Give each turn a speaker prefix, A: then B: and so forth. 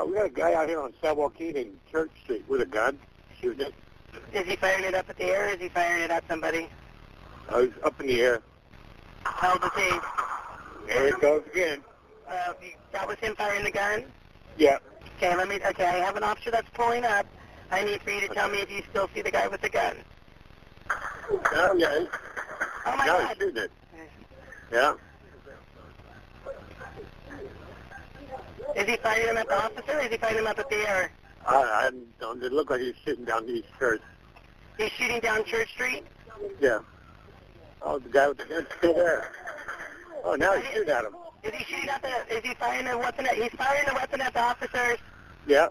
A: Uh, we got a guy out here on San Joaquin and Church Street with a gun shooting it.
B: Is he firing it up at the air or is he firing it at somebody?
A: I uh, was up in the air.
B: Held the tape.
A: There it goes again.
B: Uh, that was him firing the gun?
A: Yeah.
B: Okay, let me, okay, I have an officer that's pulling up. I need for you to tell me if you still see the guy with the gun.
A: Oh, yeah.
B: Oh my
A: now
B: God.
A: he's shooting it. Yeah.
B: Is he firing him at the officer or is he firing him up at the air?
A: I, I don't, it looked like he's shooting down East Church.
B: He's shooting down Church Street?
A: Yeah. Oh, the guy with the gun's still there. Oh, now he's shooting at him.
B: Is he shooting at the, is he firing a weapon at, he's firing a weapon at the officers?
A: Yeah.